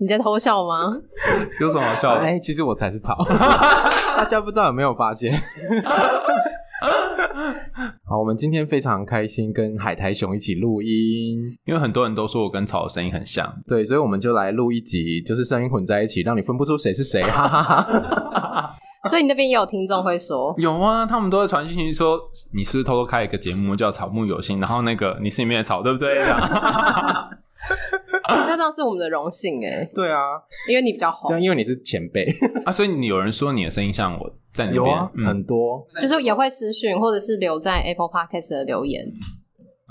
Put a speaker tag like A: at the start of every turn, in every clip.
A: 你在偷笑吗？
B: 有什么好笑的？
C: 哎，其实我才是 草，大家不知道有没有发现？好，我们今天非常开心跟海苔熊一起录音，
B: 因为很多人都说我跟草的声音很像，
C: 对，所以我们就来录一集，就是声音混在一起，让你分不出谁是谁，啊哈哈哈。
A: 所以你那边也有听众会 说，
B: 有啊，他们都会传讯息说你是不是偷偷开了一个节目叫《草木有心》，然后那个你是里面的草，对不 对？啊
A: 那这样是我们的荣幸哎，
C: 对啊，
A: 因为你比较红
C: 对啊，，因为你是前辈，
B: 啊，所以你有人说你的声音像我在你那
C: 有
B: 边，
C: 啊，
B: 嗯，
C: 很多，
A: 就是也会私讯或者是留在 Apple Podcast 的留 言，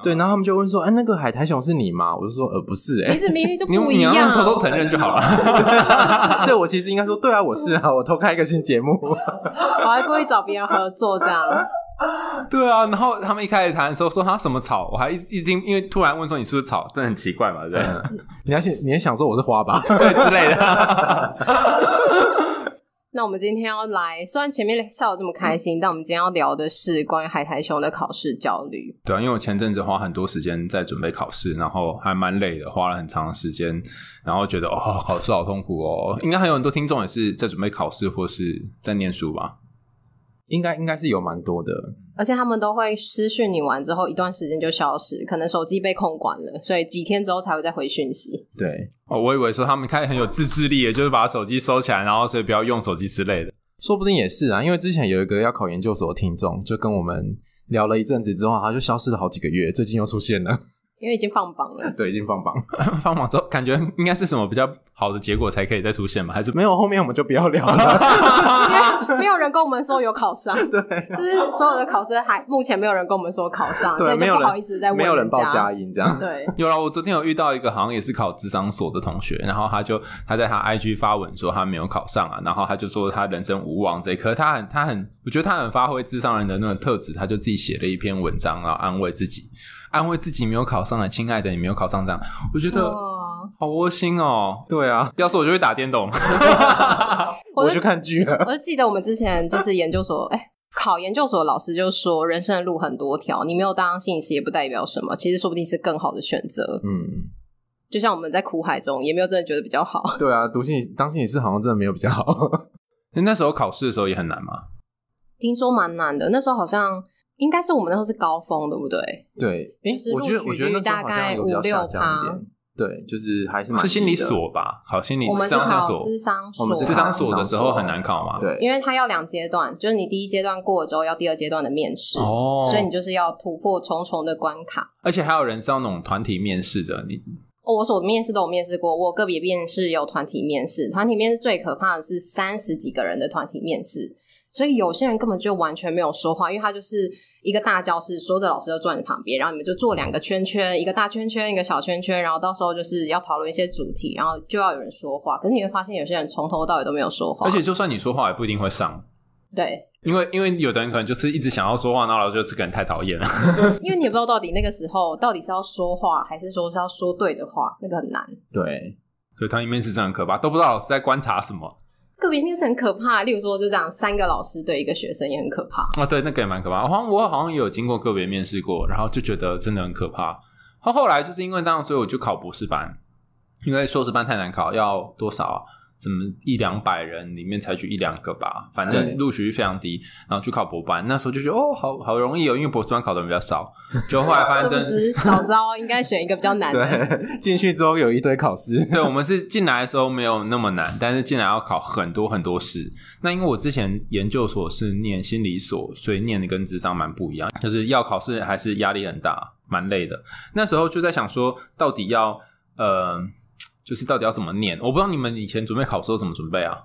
C: 对，然后他们就问说，哎，那个海苔熊是你吗？我就说，呃，不是，哎
A: 你，怎明明就
B: 你
A: 不
B: 你
A: 一
B: 要
A: 样，
B: 偷偷承认就好了。
C: 对，我其实应该说，对啊，我是啊，我偷开一个新节目，
A: 我还故意找别人合作这样。
B: 对啊，然后他们一开始谈的时候说他什么草，我还一一听，因为突然问说你是不是草，真的很奇怪嘛，对不对？
C: 你要想，你也想说我是花 吧？
B: 对之类的。
A: 那我们今天要来，虽然前面笑得这么开
B: 嗯
A: 心，但我们今天要聊的是关于海苔熊的考试焦虑。
B: 对啊，因为我前阵子花很多时间在准备考试，然后还蛮累的，花了很长的时间，然后觉得哦，考试好痛苦哦。应该还有很多听众也是在准备考试或是在念书吧？
C: 应该应该是有蛮多的，
A: 而且他们都会私讯你完之后一段时间就消失，可能手机被控管了，所以几天之后才会再回讯息。
C: 对，
B: 哦，我以为说他们开始很有自制力，也就是把手机收起来，然后所以不要用手机之类的。
C: 说不定也是啊，因为之前有一个要考研究所的听众，就跟我们聊了一阵子之后，他就消失了好几个月，最近又出现了，
A: 因为已经放榜了，
C: 对，已经放榜，
B: 放榜之后，感觉应该是什么比较好的结果才可以再出现吧？还是
C: 没有，后面我们 就不要聊 了，
A: 因为没有人跟我们说有考 上，对，就是所有的考生还目前没有人跟我们说考上，所
C: 啊对，啊
A: 以
C: 没
A: 就
C: 有
A: 不好
C: 人
A: 意思再问
C: 没有人报
A: 家
C: 佳。音这 样，
A: 对，
B: 有啦，我昨天有遇到一个好像也是考智商所的同学，然后他就他在他 IG 发文说他没有考上啊，然后他就说他人生无望这一科，他很他很，我觉得他很发挥智商人的那种特质，他就自己写了一篇文章，然后安慰自己，安慰自己没有考上啊，亲爱的你没有考上这样，我觉得
A: 哦，
B: 好窝心哦。
C: 对啊，
B: 要是我就会打电动，
C: 我
A: 我
C: 去
A: 就
C: 看剧了，
A: 我就记得我们之前就是研究所，哎、考研究所的老师就说，人生的路很多条，你没有当心理师也不代表什么，其实说不定是更好的选择。
C: 嗯，
A: 就像我们在苦海中，也没有真的觉得比较好。
C: 对啊，读心理当心理师好像真的没有比较好，
B: 那时候考试的时候也很难嘛。
A: 听说蛮难的，那时候好像应该是我们那时候是高峰，对不对？
C: 对，诶
A: 就是，
C: 我觉得
A: 录取
C: 我觉得那时候好像有比较下降一
A: 率大概
C: 点，对，就是还是蛮
B: 是心理
C: 低的，
B: 所吧？考心理
A: 我们
B: 智
A: 是
B: 商
A: 考
B: 所，
A: 智商所，
C: 我们是
B: 智商所
C: 考
B: 的时候很难考嘛。，
C: 对，
A: 因为它要两阶段，就是你第一阶段过了之后，要第二阶段的面试。
B: 哦，
A: 所以你就是要突破重重的关卡。
B: 而且还有人是要那种团体面试的，你
A: 哦，我所面试都有面试过，我个别面试有团体面试，团体面试最可怕的是三十几个人的团体面试，所以有些人根本就完全没有说话，因为他就是一个大教室，所有的老师都坐在你旁边，然后你们就做两个圈圈，一个大圈圈，一个小圈圈，然后到时候就是要讨论一些主题，然后就要有人说话，可是你会发现有些人从头到尾都没有说话，
B: 而且就算你说话也不一定会上，
A: 对，
B: 因为因为有的人可能就是一直想要说话，然后老师觉得这个人太讨厌了。
A: 因为你也不知道到底那个时候到底是要说话，还是说是要说对的话，那个很难。
C: 对，
B: 所以团体面试真的很可怕，都不知道老师在观察什么
A: 个别面试很可怕，例如说就这样，三个老师对一个学生也很可怕。
B: 啊。对，那个也蛮可怕。好像我好像也有经过个别面试过，然后就觉得真的很可怕。后后来就是因为这样，所以我就考博士班，因为硕士班太难考，要多少啊？什么一两百人里面采取一两个吧，反
C: 对
B: 正录取率非常低，然后去考博班。那时候就觉得哦，好好容易哦，因为博士班考的人比较少。就后来发
A: 是
B: 现
A: 不
B: 真的
A: 是早知道应该选一个比较难的？
C: 对， 进去之后有一堆考试，
B: 对，我们是进来的时候没有那么难，但是进来要考很多很多试。那因为我之前研究所是念心理所，所以念的跟智商蛮不一样，就是要考试还是压力很大，蛮累的。那时候就在想说，到底要呃，就是到底要怎么念？我不知道你们以前准备考试都怎么准备啊？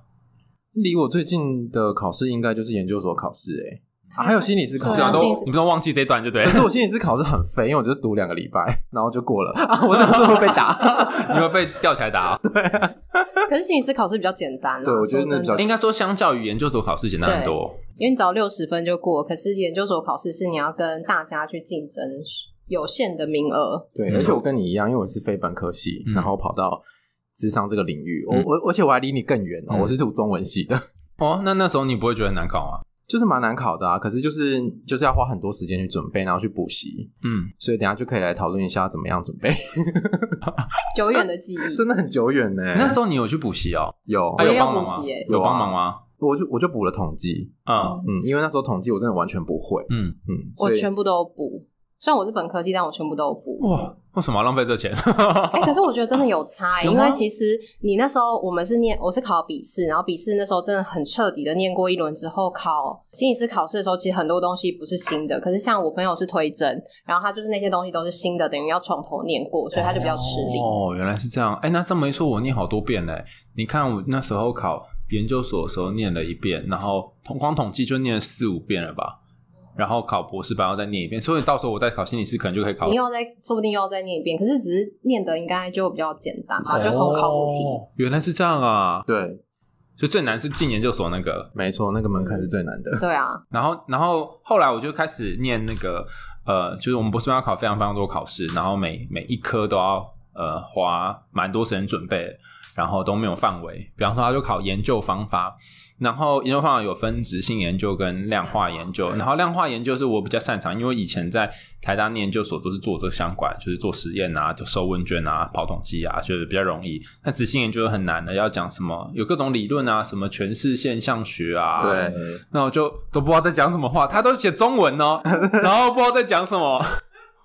C: 离我最近的考试应该就是研究所考试、欸，哎、啊，还有心理师考
A: 对
C: 试
A: 啊
B: 这样都
A: 心理所
B: 你不能忘记这一段就对
C: 可
B: 了，
C: 是我心理师考试很废，因为我只是读两个礼拜，然后就过了。啊、我这次会被打。
B: 你会被吊起来打、啊。
A: 可是心理师考试比较简单啦，
C: 对我觉得
A: 说
C: 那
A: 真
C: 比
A: 的
C: 较
B: 应该说，相较于研究所考试简单很多。
A: 因为你只要六十分就过，可是研究所考试是你要跟大家去竞争有限的名额。
C: 对，
B: 嗯
C: 而且我跟你一样，因为我是非本科系，
B: 嗯
C: 然后跑到智商这个领域，
B: 嗯
C: 我我而且我还离你更远哦，
B: 嗯
C: 我是读中文系的。
B: 哦，那那时候你不会觉得很难考啊？
C: 就是蛮难考的啊。可是就是就是要花很多时间去准备，然后去补习，
B: 嗯，
C: 所以等一下就可以来讨论一下怎么样准备，
A: 久远的记忆。
C: 真的很久远呢、
B: 那时候你有去补习哦？
C: 有
A: 嗯我
B: 啊，
A: 也
B: 有
A: 有啊
B: 帮忙
A: 补
B: 吗
A: 习耶？
B: 有帮忙吗？
C: 我就我就补了统计，
B: 嗯
C: 嗯，因为那时候统计我真的完全不会，
B: 嗯，
C: 嗯，
A: 我
C: 所以
A: 全部都有补，虽然我是本科系，但我全部都有补。
B: 哇，为什么要浪费这钱？
A: 哎、可是我觉得真的有
C: 哦
A: 差、欸，
B: 有
A: 因
B: 吗
A: 为其实你那时候我们是念，我是考笔试，然后笔试那时候真的很彻底的念过一轮之后，考心理师考试的时候，其实很多东西不是新的。可是像我朋友是推甄，然后他就是那些东西都是新的，等于要从头念过，所以他就比较吃力。
B: 哦，原来是这样。哎，那这么一说，我念好多遍嘞。你看我那时候考研究所的时候念了一遍，然后统光统计就念了四五遍了吧。然后考博士班要再念一遍，所以到时候我再考心理师，可能就可以考
A: 你又要再，说不定又要再念一遍，可是只是念的应该就比较简单吧，就
B: 哦
A: 后考五题。
B: 原来是这样啊！
C: 对，
B: 所以最难是进研究所那个，
C: 没错，那个门槛是最难的。
A: 对啊，
B: 然后然后后来我就开始念那个呃，就是我们博士班要考非常非常多考试，然后每每一科都要呃花蛮多时间准备，然后都没有范围。比方说，他就考研究方法，然后研究方法有分质性研究跟量化研究，然后量化研究是我比较擅长，因为以前在台大念研究所都是做这相关，就是做实验啊，就收问卷啊、跑统计啊，就是比较容易。那质性研究就很难的，要讲什么有各种理论啊，什么诠释现象学啊，
C: 对，
B: 那我就都不知道在讲什么话，他都写中文哦，然后不知道在讲什么，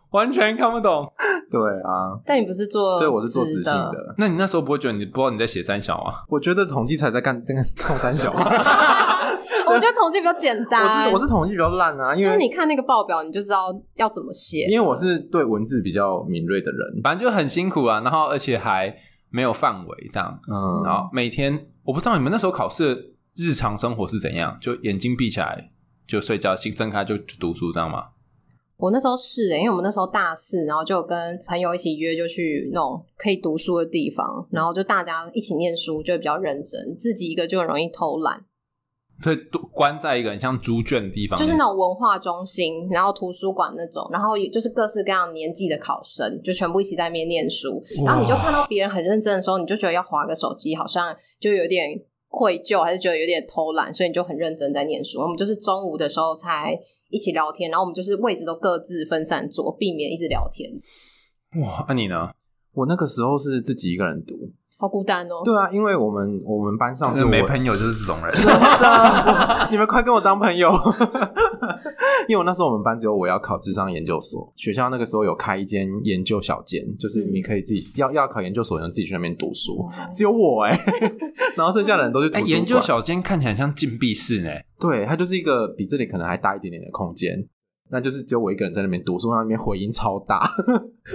B: 完全看不懂。
C: 对啊，
A: 但你不是做
C: 对我是做直
A: 直
C: 性
A: 的，
C: 的，
B: 那你那时候不会觉得你不知道你在写三小啊？
C: 我觉得统计才在干 这个冲三小，啊
A: 我觉得统计比较简单。
C: 我是我是统计比较烂啊，因
A: 就是
C: 为
A: 你看那个报表，你就知道要怎么写。
C: 因为我是对文字比较敏锐的人，
B: 反正就很辛苦啊，然后而且还没有范围这样，
C: 嗯，
B: 然后每天我不知道你们那时候考试的日常生活是怎样，就眼睛闭起来就睡觉，心睁开就读书，这样吗？
A: 我那时候是、欸，因为我们那时候大四，然后就有跟朋友一起约，就去那种可以读书的地方，然后就大家一起念书，就会比较认真。自己一个就很容易偷懒，
B: 所以都关在一个很像猪圈的地方，
A: 就是那种文化中心，然后图书馆那种，然后也就是各式各样年纪的考生，就全部一起在那边念书。
B: 哇
A: 然后你就看到别人很认真的时候，你就觉得要划个手机，好像就有点愧疚，还是觉得有点偷懒，所以你就很认真在念书。我们就是中午的时候才一起聊天，然后我们就是位置都各自分散坐，避免一直聊天，
B: 哇，啊那、你呢？
C: 我那个时候是自己一个人读，
A: 好孤单哦。
C: 对啊，因为我们我们班上
B: 就是没
C: 我
B: 朋友就是这种人，
C: 你们快跟我当朋友。 因为我那时候我们班只有我要考智商研究所，学校那个时候有开一间研究小间，就是
A: 嗯
C: 你可以自己、要要考研究所，你就自己去那边读书。只有我哎、然后剩下的人都去图
B: 哎、
C: 书馆。
B: 研究小间看起来像禁闭室呢。
C: 对，它就是一个比这里可能还大一点点的空间，那就是只有我一个人在那边读书，那边回音超大。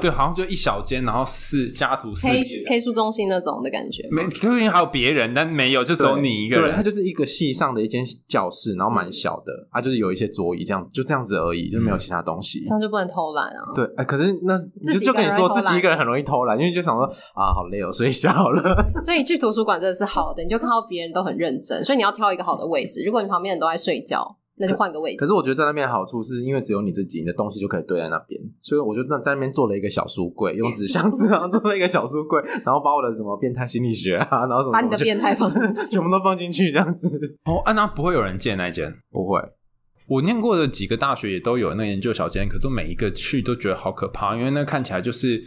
B: 对，好像就一小间，然后四家徒四
A: K
B: 壁，
A: K 书中心那种的感觉，
B: 没 Q 群还有别人，但没有，就只有你一个
C: 对它
B: 人。
C: 就是一个系上的一间教室，然后蛮小的，啊，就是有一些桌椅这样，就这样子而已，就没有其他东西。
A: 这样就不能偷懒啊。
C: 对，哎，可是那你就
A: 己一
C: 就
A: 个
C: 跟你
A: 人
C: 说，
A: 会
C: 自
A: 偷
C: 己
A: 懒
C: 一个人很容易偷懒，因为就想说啊，好累哦，睡一下好了。
A: 所以去图书馆真的是好的，你就看到别人都很认真，所以你要挑一个好的位置。如果你旁边人都在睡觉，那就换个位置。
C: 可是我觉得在那边的好处是因为只有你自己，你的东西就可以堆在那边，所以我就在在那边做了一个小书柜，用纸箱子啊 做了一个小书柜，然后把我的什么变态心理学啊，然后什么
A: 把
C: 什
A: 你
C: 么
A: 的
C: 就
A: 变态放进 去
C: 全部都放进去，这样子
B: 哦，啊，那不会有人借那一间。
C: 不会。
B: 我念过的几个大学也都有那个研究小间，可是我每一个去都觉得好可怕，因为那看起来就是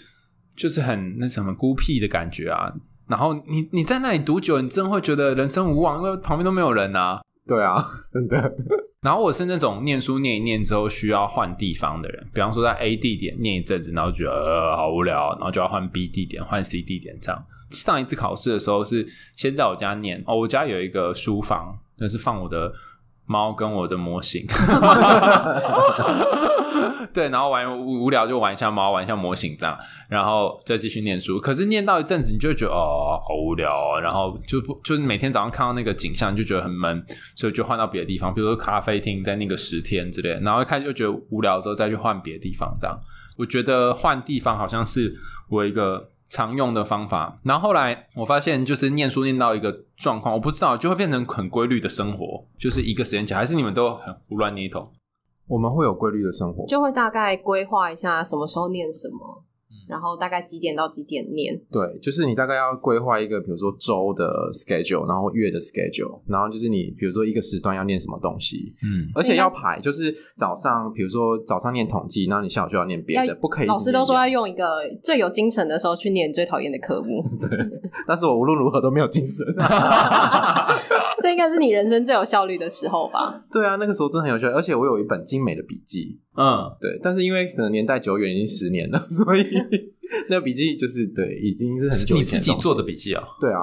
B: 就是很那什么孤僻的感觉啊。然后你你在那里读久，你真的会觉得人生无望，因为旁边都没有人啊。
C: 对啊，真的，
B: 然后我是那种念书念一念之后需要换地方的人，比方说在 A 地点念一阵子，然后觉得呃好无聊，然后就要换 B 地点、换 C 地点这样。上一次考试的时候是先在我家念哦，我家有一个书房，就是放我的猫跟我的模型。 对，然后玩无无聊就玩一下猫，玩一下模型这样，然后再继续念书。可是念到一阵子，你就会觉得哦，好无聊哦，然后就不就是每天早上看到那个景象，你就觉得很闷，所以就换到别的地方，比如说咖啡厅，在那个十天之类的，然后一开始就觉得无聊之后再去换别的地方，这样。我觉得换地方好像是我一个常用的方法。然后后来我发现，就是念书念到一个状况，我不知道就会变成很规律的生活，就是一个时间起来，还是你们都很胡乱捏一通？
C: 我们会有规律的生活。
A: 就会大概规划一下什么时候念什么。
C: 嗯
A: 然后大概几点到几点念，
C: 对，就是你大概要规划一个，比如说周的 schedule，然后月的 schedule，然后就是你比如说一个时段要念什么东西，
B: 嗯，
C: 而且要排，就是早上，比如说早上念统计，然后你下午就要念别的，
A: 要
C: 不可以。
A: 老师都说要，用一个最有精神的时候去念你最讨厌的科 目，
C: 但是我无论如何都没有精神。
A: 这应该是你人生最有效率的时候吧？
C: 对啊，那个时候真的很有趣，而且我有一本精美的笔记，
B: 嗯，
C: 对，但是因为可能年代久远，已经十年了， 所以那笔记就是对，已经是很
B: 是
C: 久
B: 你
C: 以
B: 自
C: 前
B: 己
C: 东西
B: 做的。笔记啊？
C: 对啊，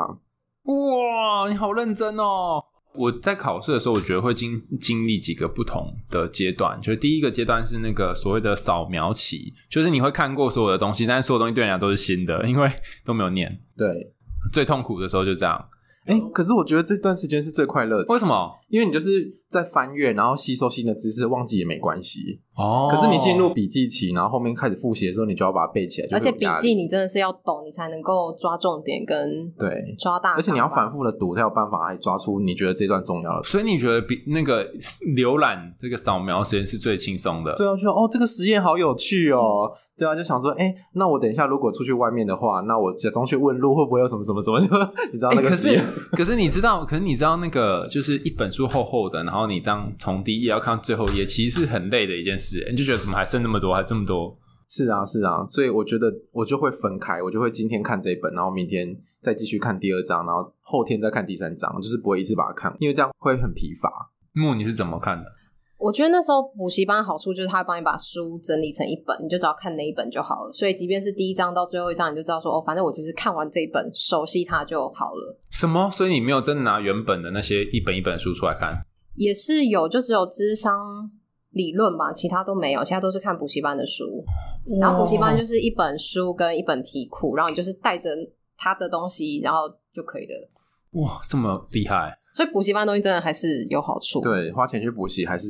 B: 哇，你好认真哦！我在考试的时候，我觉得会经经历几个不同的阶段。就是第一个阶段是那个所谓的扫描期，就是你会看过所有的东西，但是所有东西对你来讲都是新的，因为都没有念。
C: 对。
B: 最痛苦的时候就这样。
C: 哎、可是我觉得这段时间是最快乐的，
B: 为什么？
C: 因为你就是在翻阅，然后吸收新的知识，忘记也没关系。
B: 哦
C: 可是你进入笔记期，然后后面开始复习的时候，你就要把它背起来，就
A: 而
C: 会有
A: 且笔
C: 压力
A: 记你真的是要懂，你才能够抓重点跟
C: 对，
A: 抓大纲吧，
C: 而且你要反复的读才有办法来抓出你觉得这段重要的。
B: 所以你觉得比那个浏览这个扫描时间是最轻松的？
C: 对啊，就说哦，这个实验好有趣哦。对啊，就想说，哎，那我等一下如果出去外面的话，那我假装去问路，会不会有什么什么什么？就 你知道
B: 欸
C: 那个
B: 可
C: 实
B: 是
C: 验？
B: 可是你知道，可是你知道那个就是一本书厚厚的，然后你这样从第一页要看到最后一页，其实是很累的一件事。欸你就觉得怎么还剩那么多，还这么多？
C: 是啊，是啊，所以我觉得我就会分开，我就会今天看这一本，然后明天再继续看第二章，然后后天再看第三章，就是不会一次把它看完，因为这样会很疲乏。
B: 木你是怎么看的？
A: 我觉得那时候补习班好处就是他会帮你把书整理成一本，你就只要看那一本就好了。所以即便是第一章到最后一章，你就知道说哦，反正我就是看完这一本，熟悉它就好了。
B: 什么？所以你没有真的拿原本的那些一本一本的书出来看？
A: 也是有，就只有智商理论吧，其他都没有，其他都是看补习班的书。然后补习班就是一本书跟一本题库，然后你就是带着他的东西，然后就可以了。
B: 哇，这么厉害！
A: 所以补习班的东西真的还是有好处。。
C: 对，花钱去补习还是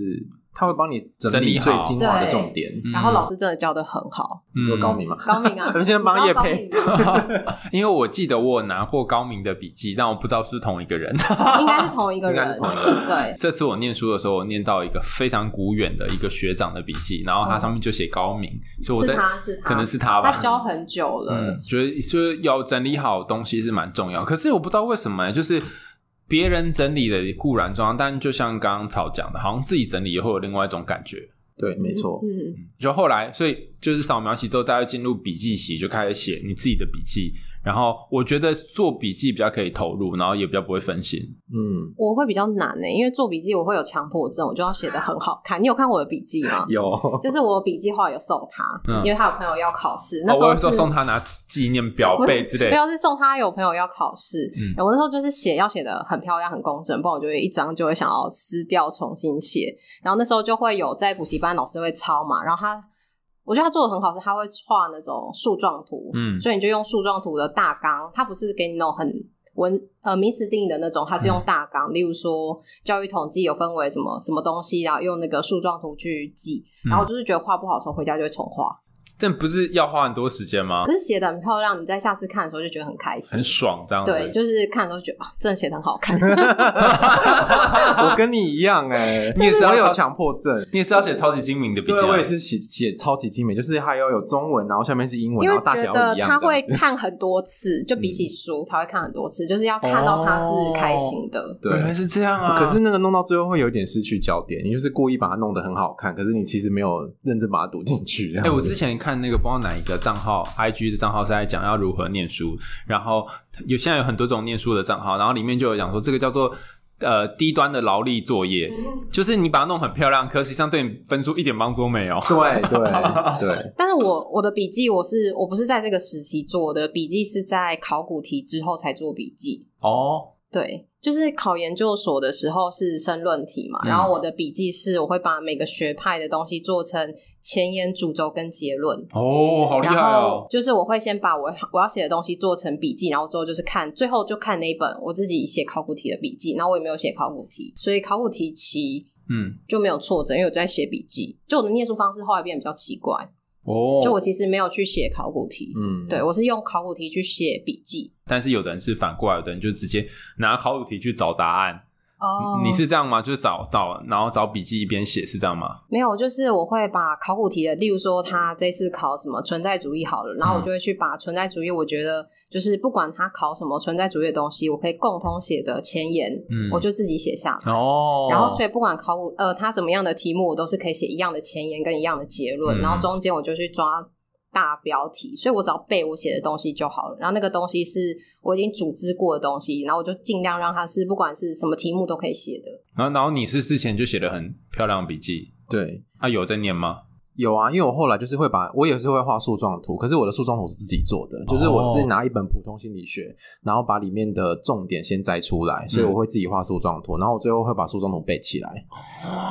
C: 他会帮你整
B: 整理
C: 理最
B: 好
C: 精华的
A: 对
C: 重点。
B: 嗯
A: 然后老师真的教的很好，
C: 你说高明吗？
A: 高明啊，
C: 我们先帮
A: 你知道
C: 业
A: 高
C: 配
A: 明吗
B: 因为我记得我有拿过高明的笔记，但我不知道是不是同一个人。
A: 应该是同一个
C: 应该
A: 人
C: 是，同一个
A: 对，
B: 这次我念书的时候，我念到一个非常古远的一个学长的笔记，然后他上面就写高明，所以我
A: 是
B: 在
A: 他是他，
B: 可能是他吧，
A: 他教很久了
B: 嗯，，觉得就是要整理好东西是蛮重要。可是我不知道为什么、欸就是别人整理的固然重要，但就像刚刚草讲的，好像自己整理也会有另外一种感觉。
C: 对，没错。
A: 嗯，
B: 就后来，所以就是扫描期之后，再进入笔记期，就开始写你自己的笔记。然后我觉得做笔记比较可以投入，然后也比较不会分心。
C: 嗯，
A: 我会比较难呢、因为做笔记我会有强迫症，我就要写的很好看。你有看我的笔记吗？
C: 有。
A: 就是我笔记后来有送他，
B: 嗯
A: 因为他有朋友要考试，那
B: 哦，
A: 时
B: 我
A: 候
B: 有
A: 是、
B: 时候送他拿纪念表
A: 不是
B: 背之类
A: 没
B: 的。
A: 有是送他有朋友要考试，
B: 嗯
A: 我那时候就是写要写的很漂亮很工整，不然我就会一张就会想要撕掉重新写。然后那时候就会有在补习班老师会抄嘛，然后他我觉得他做的很好是他会画那种树状图，
B: 嗯
A: 所以你就用树状图的大纲，它不是给你那种很。文呃名词定义的那种，它
B: 嗯
A: 是用大纲，例如说教育统计有分为什么什么东西，然后用那个树状图去记，然后
B: 嗯
A: 我就是觉得画不好的时候回家就会重画，
B: 但不是要花很多时间吗
A: 可？是写的很漂亮，你在下次看的时候就觉得很开心，
B: 很爽这样子。
A: 对，就是看都觉得啊，真的写的很好 看。
C: 我跟你一样 哎、
B: 你也是要
C: 我有
B: 抄
C: 强迫症。
B: 你也是要写超级精明的笔记、
C: 对，
B: 啊。
C: 我也是写写超级精美，就是还要有中文，然后下面是英文，
A: 因
C: 然
A: 为
C: 后大
A: 觉
C: 小
A: 得
C: 要一样。
A: 他会
C: 这样子嗯
A: 看很多次，就比起书，他会看很多次，就是要看到他是
C: 哦
A: 开心的。
C: 对，
B: 原来是这样啊。
C: 可是那个弄到最后会有一点失去焦点，你就是故意把它弄得很好看，可是你其实没有认真把它读进去。这样
B: 哎、
C: 子
B: 我之前看那个不知道哪一个账号，IG 的账号是在讲要如何念书，然后有现在有很多种念书的账号，然后里面就有讲说这个叫做呃低端的劳力作业，
A: 嗯
B: 就是你把它弄很漂亮，可实际上对你分数一点帮助都没有。
C: 对 对对，
A: 但是我我的笔记我是我不是在这个时期做，我的笔记是在考古题之后才做笔记。
B: 哦，
A: 对，就是考研究所的时候是申论题嘛，
B: 嗯
A: 然后我的笔记是我会把每个学派的东西做成前言、主轴跟结论。
B: 哦，好厉害
A: 然后
B: 哦！
A: 就是我会先把我我要写的东西做成笔记，然后之后就是看，最后就看那一本我自己写考古题的笔记，然后我也没有写考古题，所以考古题期
B: 嗯，
A: 就没有挫折，因为我就在写笔记。就我的念书方式后来变得比较奇怪，
B: 哦，
A: 就我其实没有去写考古题，
C: 嗯，
A: 对我是用考古题去写笔记。
B: 但是有的人是反过来，有的人就直接拿考古题去找答案，
A: 哦，
B: 你是这样吗？就是找找，然后找笔记一边写，是这样吗？
A: 没有，就是我会把考古题的，例如说他这次考什么存在主义好了，
B: 嗯
A: 然后我就会去把存在主义，我觉得就是不管他考什么存在主义的东西，我可以共通写的前言，
B: 嗯
A: 我就自己写下来。
B: 哦，
A: 然后，所以不管考古呃他怎么样的题目，我都是可以写一样的前言跟一样的结论，
B: 嗯
A: 然后中间我就去抓大标题，所以我只要背我写的东西就好了。然后那个东西是我已经组织过的东西，然后我就尽量让它是不管是什么题目都可以写的。
B: 然后，然后你是之前就写的很漂亮的笔记
C: 对，
B: 啊？有在念吗？
C: 有啊，因为我后来就是会把我也是会画树状图，可是我的树状图是自己做的，就是我自己拿一本普通心理学，然后把里面的重点先摘出来，所以我会自己画树状图，然后我最后会把树状图背起来，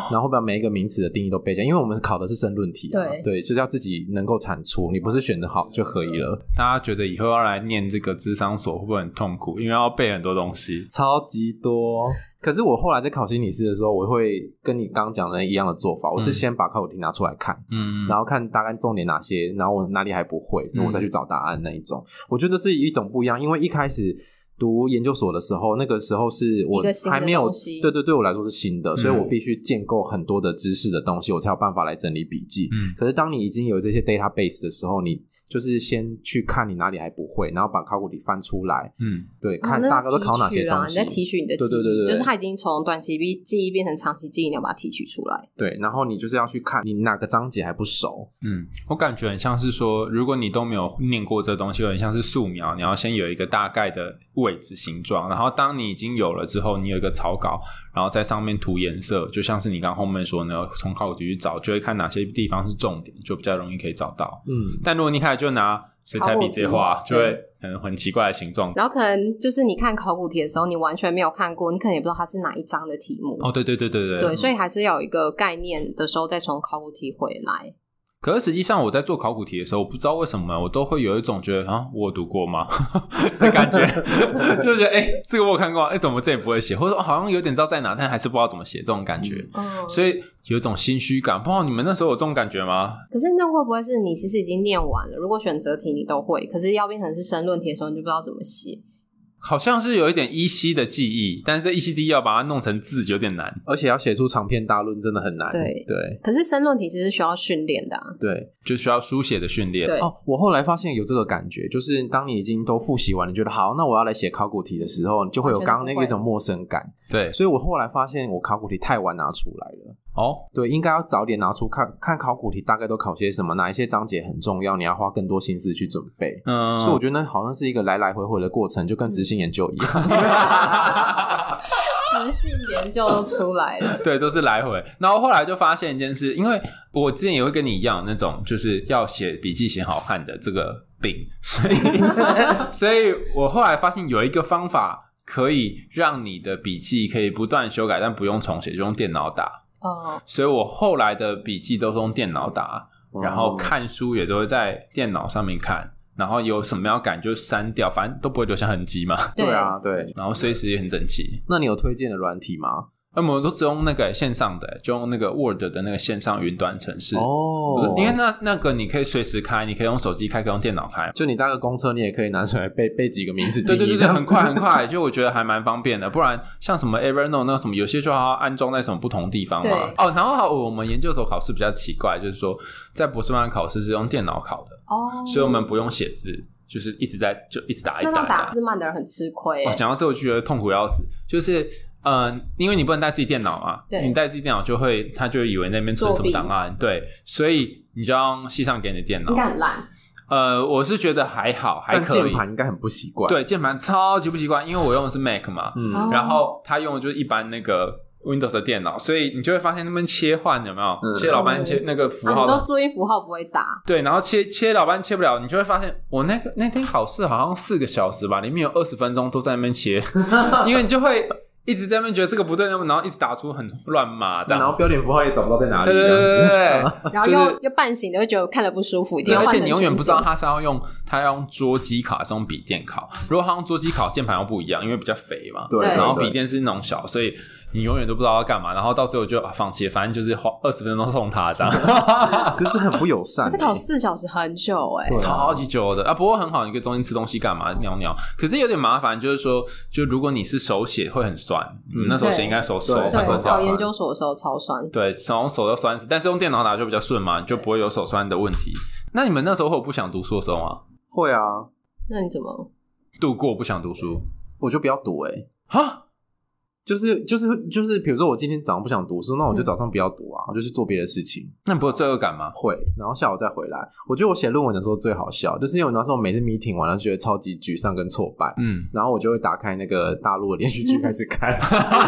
C: 然后把每一个名词的定义都背起来，因为我们考的是申论题、啊，
A: 对
C: 对，就是要自己能够产出，你不是选的好就可以了，
B: 大家觉得以后要来念这个智商所会不会很痛苦？因为要背很多东西。
C: 超级多。可是我后来在考心理师的时候，我会跟你刚刚讲的一样的做法，我是
B: 嗯
C: 先把考古题拿出来看，
B: 嗯
C: 然后看大概重点哪些，然后我哪里还不会，所以我再去找答案那一种。我觉得是一种不一样，因为一开始读研究所的时候，那个时候是我
A: 一个新的
C: 还没有
A: 东西
C: 对对，对我来说是新的，
B: 嗯
C: 所以我必须建构很多的知识的东西，我才有办法来整理笔记。
B: 嗯
C: 可是当你已经有这些 database 的时候，你就是先去看你哪里还不会，然后把考古题翻出来，
B: 嗯，
C: 对，
A: 哦
C: 看
A: 那
C: 大概
A: 是
C: 都
A: 提
C: 考哪些
A: 取啦啊
C: 东
A: 你
C: 西。
A: 在提取你的记
C: 对
A: 忆，
C: 对对对对
A: 就是它已经从短期记记忆变成长期记忆，你要把它提取出来。
C: 对，然后你就是要去看你哪个章节还不熟，
B: 嗯，我感觉很像是说，如果你都没有念过这东西，有点像是素描，你要先有一个大概的位置、形状，然后当你已经有了之后，你有一个草稿，然后在上面涂颜色，就像是你刚后面说呢，从考古题去找，就会看哪些地方是重点，就比较容易可以找到。
C: 嗯，
B: 但如果你一开始就拿水彩笔直接画，
A: 考古题
B: 就会可能很奇怪的形状。
A: 然后可能就是你看考古题的时候，你完全没有看过，你可能也不知道它是哪一章的题目。
B: 哦，对对对对对
A: 对，所以还是要有一个概念的时候，再从考古题回来。
B: 可是实际上，我在做考古题的时候，我不知道为什么我都会有一种觉得啊，我有读过吗 的感觉， 就是觉得哎、诶这个我有看过啊，哎、怎么这也不会写，或者说哦好像有点知道在哪，但还是不知道怎么写这种感觉，
A: 嗯，
B: 所以有一种心虚感。不知道你们那时候有这种感觉吗？
A: 可是那会不会是你其实已经念完了？如果选择题你都会，可是要变成是申论题的时候，你就不知道怎么写。
B: 好像是有一点依稀的记忆，但是这依稀记忆要把它弄成字有点难。
C: 而且要写出长篇大论真的很难，
A: 对
C: 对。
A: 可是申论题其实是需要训练的、啊。
C: 对，
B: 就需要书写的训练。
A: 对
C: 哦，我后来发现有这个感觉，就是当你已经都复习完，你觉得好，那我要来写考古题的时候，你就会有刚刚那个一种陌生感。
B: 对，
C: 所以我后来发现，我考古题太晚拿出来了。
B: 哦，
C: 对，应该要早点拿出看看考古题大概都考些什么，哪一些章节很重要，你要花更多心思去准备。
B: 嗯，
C: 所以我觉得那好像是一个来来回回的过程，就跟执行研究一样。
A: 直性研究都出来了，
B: 对，都是来回。然后后来就发现一件事，因为我之前也会跟你一样那种，就是要写笔记写好看的这个病，所以所以我后来发现有一个方法。可以让你的笔记可以不断修改，但不用重写，就用电脑打。
A: 哦，
B: 所以我后来的笔记都是用电脑打， 然后看书也都会在电脑上面看，然后有什么要改就删掉，反正都不会留下痕迹嘛。
C: 对啊，对。
B: 然后随时也很整齐。
C: 那你有推荐的软体吗？
B: 那哎我们都只用那个线上的，就用那个 Word 的那个线上云端程式。
C: 哦，
B: 因为那那个你可以随时开，你可以用手机开，可以用电脑 开。
C: 就你搭个公车，你也可以拿出来背背几个名字，
B: 对对对对，很快很
C: 快。
B: 快， 就我觉得还蛮方便的。不然像什么 Evernote 那什么，有些就要安装在什么不同地方嘛。哦，然后好我们研究所考试比较奇怪，就是说在博士班考试是用电脑考的，
A: 哦，
B: 所以我们不用写字，就是一直在就一直打一
A: 那
B: 直
A: 让
B: 打一直
A: 打
B: 打。
A: 字慢的人很吃亏、
B: 哦，
A: 欸。
B: 讲到这，我就觉得痛苦要死。就是，嗯、因为你不能带自己电脑嘛，
A: 对
B: 你带自己电脑就会，他就以为那边存什
A: 作
B: 么
A: 弊
B: 档案，对，所以你就要用系上给你的电脑
A: 应。该很烂，
B: 呃，我是觉得还好，还
C: 但
B: 可
C: 键
B: 以。
C: 盘应该很不习惯。，
B: 对，键盘超级不习惯，因为我用的是 Mac 嘛，
C: 嗯，
A: 哦
B: 然后他用的就是一般那个 Windows 的电脑，所以你就会发现那边切换有没有、
C: 嗯
B: 切老半切
A: 嗯
B: 那个符
A: 啊，
B: 号
A: 你
B: 的
A: 说注音符号不会打，
B: 对，然后切切老半切不了，你就会发现我那个那天考试好像四个小时吧，里面有二十分钟都在那 边切，因为你就会一直在那边觉得这个不对，那么然后一直打出很乱码这
C: 然
B: 样
C: 后
B: 子。
C: 标点符号也找不到在哪里。
B: 对对对对对 对
A: 然后
B: 就
A: 又、
B: 是
A: 又半醒的，又觉得看了不舒服，一定
B: 对，
A: 要
B: 而
A: 换
B: 且
A: 成
B: 你永远不知道
A: 全
B: 他是要用他要用桌机考还是用笔电考。如果他用桌机考，键盘又不一样，因为比较肥嘛。
C: 对
A: 对
B: 然后
C: 对
B: 笔电是那种小，所以你永远都不知道要干嘛，然后到最后就、啊、放弃，反正就是花二十分钟痛他这样，
C: 可是很不友善、
A: 这
C: 欸
A: 考四小时很久哎、
C: 对啊
B: 超级久的啊。不过很好，你可以中间吃东西干嘛尿尿，可是有点麻烦，就是说，就如果你是手写会很酸，
C: 嗯
B: 你那时候写应该手手
C: 对
A: 对，
B: 手
A: 我
C: 很
B: 超
A: 考
C: 讨
A: 研
B: 酸，
A: 究所的时候超酸，
B: 对，从手到酸死，但是用电脑打就比较顺嘛，你就不会有手酸的问题。那你们那时候会有不想读书的时候吗？
C: 会啊，
A: 那你怎么？
B: 度过不想读书
C: 我就不要读哎、欸
B: 哈，
C: 就是就是就是，比如说我今天早上不想读书，那我就早上不要读啊，我就去做别的事情。
B: 那你不会有罪恶感吗？
C: 会，然后下午再回来。我觉得我写论文的时候最好笑，就是因为我那时候每次 meeting 完了就觉得超级沮丧跟挫败，
B: 嗯，
C: 然后我就会打开那个大陆的连续剧开始 看，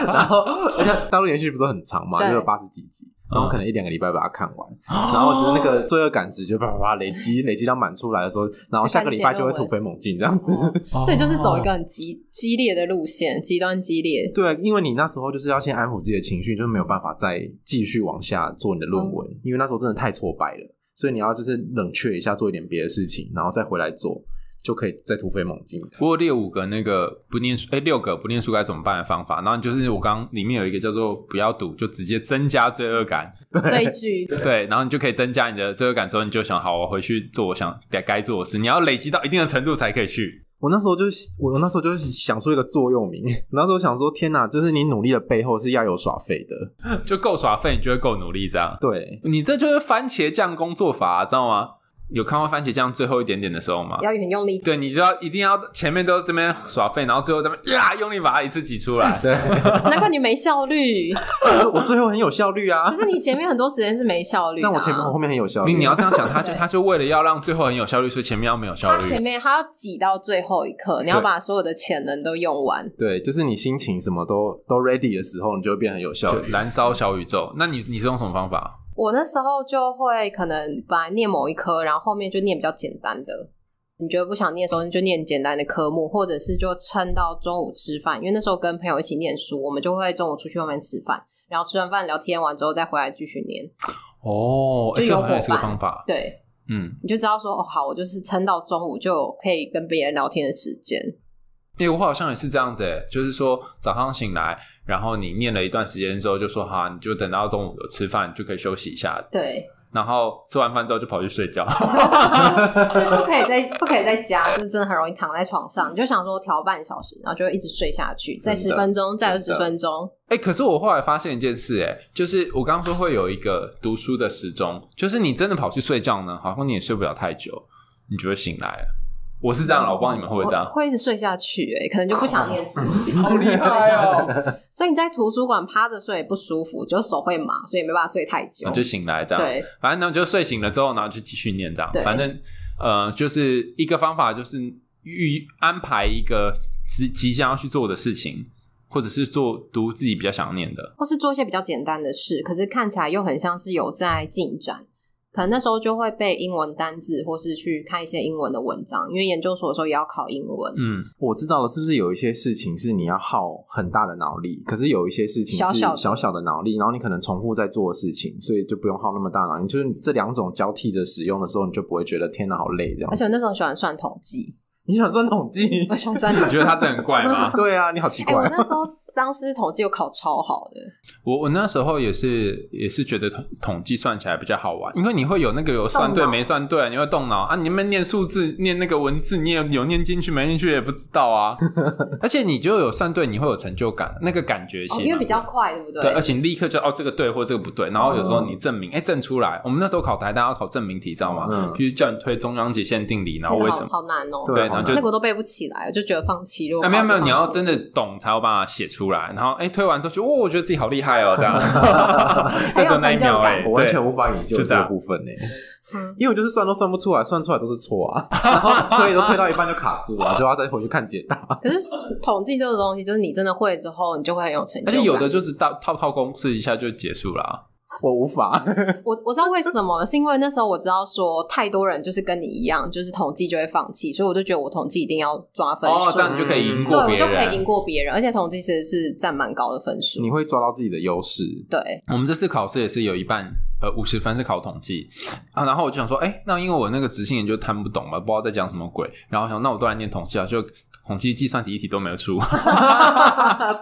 C: 然后而且大陆连续剧不是很长嘛，
A: 对
C: 就有八十几集，然后可能一两个礼拜把它看完，然后我的那
A: 哦
C: 个罪恶感值就啪啪啪累积，累积到满出来的时候，然后下个礼拜就会突飞猛进这样子。
A: 哦所以就是走一个很激激烈的路线，极端激烈。
C: 对，啊因为你那时候就是要先安抚自己的情绪，就是没有办法再继续往下做你的论文，因为那时候真的太挫败了，所以你要就是冷却一下，做一点别的事情，然后再回来做，就可以再突飞猛进。
B: 我有列五个那个不念书，哎、六个不念书该怎么办的方法。然后就是我刚里面有一个叫做不要赌，就直接增加罪恶感，
A: 追剧，
B: 对，然后你就可以增加你的罪恶感之后，你就想好，我回去做我想该该做的事。你要累积到一定的程度才可以去。
C: 我那时候就是我那时候就是想出一个座右铭， 我那时候想说，天哪，就是你努力的背后是要有耍废的，
B: 就够耍废，你就会够努力这样。
C: 对。
B: 你这就是番茄酱工作法、知道吗？有看过番茄酱最后一点点的时候吗？
A: 要很用力。
B: 对，你就要一定要前面都这边耍废，然后最后这边呀用力把它一次挤出 来。
C: 对，
A: 难怪你没效率，
C: 可是我最后很有效率啊
A: 可，是你前面很多时间是没效率的啊。
C: 但我前面我后面很有效率。
B: 你你要这样想，他就
A: 对
B: 他就为了要让最后很有效率，所以前面要没有效
A: 他
B: 率。
A: 前面他要挤到最后一刻，你要
B: 对
A: 把所有的潜能都用完。
C: 对，就是你心情什么都都 ready 的时候，你就会变得很有效
B: 就
C: 率。
B: 燃烧小宇宙。那你你是用什么方法？
A: 我那时候就会可能本来念某一科，然后后面就念比较简单的。你觉得不想念的时候，你就念简单的科目，或者是就撑到中午吃饭，因为那时候跟朋友一起念书，我们就会中午出去外面吃饭，然后吃完饭聊天完之后再回来继续念。
B: 哦，
A: 就
B: 哎，这
A: 有
B: 好像
A: 伙
B: 也是个
A: 伴
B: 方法。
A: 对，
B: 嗯，
A: 你就知道说哦，好，我就是撑到中午就有可以跟别人聊天的时间。
B: 哎，我好像也是这样子，哎，就是说早上醒来，然后你念了一段时间之后，就说哈，你就等到中午有吃饭就可以休息一下，
A: 对，
B: 然后吃完饭之后就跑去睡觉。
A: 所以不可以在不可以在家，就是真的很容易躺在床上，你就想说调半小时，然后就会一直睡下去，再
C: 真
A: 十
C: 的
A: 分钟，再二
C: 真
A: 十
C: 的
A: 分钟，
B: 哎、可是我后来发现一件事、哎，就是我刚刚说会有一个读书的时钟，就是你真的跑去睡觉呢，好像你也睡不了太久，你就会醒来了。我是这样了，我不知道你们会不会这样
A: 我。会一直睡下去、欸，可能就不想念书，
B: 哦嗯 好厉害哦！
A: 所以你在图书馆趴着睡也不舒服，就手会麻，所以没办法睡太久
B: 然后。啊就醒来这样。
A: 对，
B: 反正呢就睡醒了之后，然后就继续念这样
A: 对。
B: 反正呃，就是一个方法，就是预安排一个即即将要去做的事情，或者是做读自己比较想念的。
A: 或是做一些比较简单的事，可是看起来又很像是有在进展。可能那时候就会背英文单字，或是去看一些英文的文章，因为研究所的时候也要考英文。
B: 嗯，
C: 我知道了，是不是有一些事情是你要耗很大的脑力，可是有一些事情
A: 小
C: 是
A: 小的
C: 小小的脑力，然后你可能重复在做的事情，所以就不用耗那么大脑力。就是这两种交替着使用的时候，你就不会觉得天哪好累这样
A: 而。且我那时候很喜欢算统计，
C: 你想算统计？
A: 我想算
B: 你觉得他这很 怪 吗？
C: 对啊，你好奇
A: 哎、我
C: 怪。
A: 那时候张师统计有考超好的，
B: 我我那时候也是也是觉得统统计算起来比较好玩，因为你会有那个有算对
A: 动脑
B: 没算对，你会动脑啊。你们念数字、念那个文字，你也有念进去没进去也不知道 啊。而且你就有算对，你会有成就感，那个感觉
A: 哦，
B: 其实
A: 因为
B: 蛮
A: 比较
B: 棒的
A: 快，对不对？
B: 啊对，而且你立刻就哦这个对或这个不对，然后有时候你证明，哎、证出来。我们那时候考台大要考证明题，知道吗？
C: 嗯
B: 比如叫你推中央极限定理，然后
A: 那个
B: 为
A: 好
B: 什么？
A: 好难哦？
C: 对
B: 对，然后就
A: 那个我都背不起来，我就觉得放弃。如果
B: 啊没有
A: 考
B: 没有，
A: 就
B: 你要
A: 放弃
B: 真的懂才有办法写出来。然后哎、推完之后就哦，我觉得自己好厉害哦，这样。
A: 很有
B: 就只有那一
A: 成
B: 秒
A: 就
B: 哎、
A: 感
B: 对
C: 啊我完全无法研究
B: 就这
C: 这个
B: 样
C: 部分呢、
A: 嗯
C: 因为我就是算都算不出来，算出来都是错啊，然后所以都推到一半就卡住了，就要再回去看解答。
A: 可是统计这个东西，就是你真的会之后，你就会很有成就
B: 而
A: 感。
B: 且有的就是到套套公式一下就结束了。啊
C: 我无法，
A: 我我知道为什么 了，是因为那时候我知道说太多人就是跟你一样，就是统计就会放弃，所以我就觉得我统计一定要抓分数，
B: 哦，这样你就可以赢过
A: 对，我
B: 别
A: 就可以赢
B: 人。
A: 过别人，而且统计其实是占蛮高的分数
C: 你。会抓到自己的优势。
A: 对，
B: 我们这次考试也是有一半。呃，五十分是考统计啊，然后我就想说，哎、那因为我那个执行研究看不懂嘛，不知道在讲什么鬼，然后我想，那我都来念统计啊，就统计、计算题一题都没有出，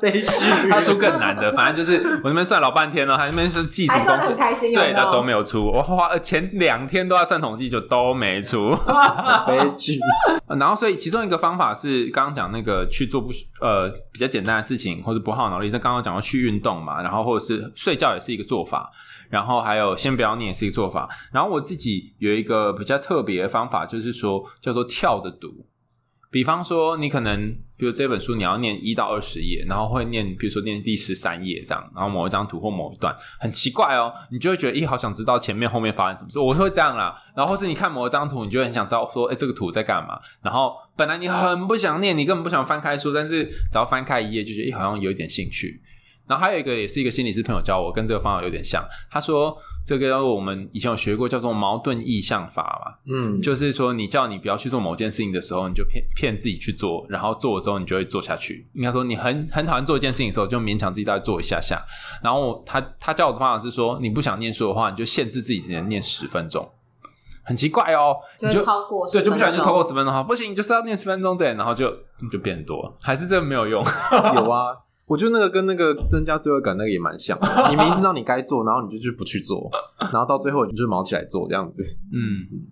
C: 悲剧
B: 他出更难的。反正就是我那边算老半天了，他那边是记什么
A: 还算
B: 东
A: 得很，
B: 西
A: 开心，
B: 对，
A: 那
B: 那都没有出。我花呃前两天都在算统计，就都没出。
C: 悲剧，
B: 呃然后，所以其中一个方法是刚刚讲那个去做不呃比较简单的事情，或者不耗脑力。像刚刚讲到去运动嘛，然后或者是睡觉也是一个做法，然后还有先不要念也是一个做法。然后我自己有一个比较特别的方法，就是说叫做跳着读。比方说，你可能比如这本书你要念一到二十页，然后会念，比如说念第十三页这样，然后某一张图或某一段，很奇怪哦，你就会觉得，咦，好想知道前面后面发生什么事，我会这样啦。然后或是你看某一张图，你就会很想知道说，哎，这个图在干嘛？然后本来你很不想念，你根本不想翻开书，但是只要翻开一页，就觉得，咦，哎好像有一点兴趣。然后还有一个也是一个心理师朋友教我，跟这个方法有点像。他说这个叫做我们以前有学过叫做矛盾意向法嘛，
C: 嗯，
B: 就是说，你叫你不要去做某件事情的时候，你就骗骗自己去做，然后做了之后，你就会做下去。应该说，你很很讨厌做一件事情的时候，就勉强自己再做一下下。然后他他教我的方法是说，你不想念书的话，你就限制自己只能念十分钟，很奇怪哦，
A: 就
B: 你
A: 会
B: 就
A: 超过
B: 对，就不小心
A: 10
B: 超过十分钟哈，不行，你就是要念十分钟这，然后就就变多，还是这个没有用。
C: 有啊。我觉得那个跟那个增加罪恶感那个也蛮像的， 你明知道你该做，然后你就去不去做，然后到最后你就毛起来做这样子。
B: 嗯，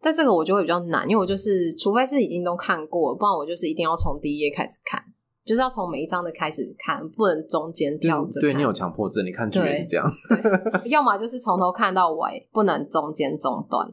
A: 但这个我就会比较难，因为我就是除非是已经都看过了，不然我就是一定要从第一页开始看，就是要从每一章的开始看，不能中间跳着看。
C: 对你有强迫症，你看剧也是这样。
A: 要么就是从头看到尾，不能中间中断。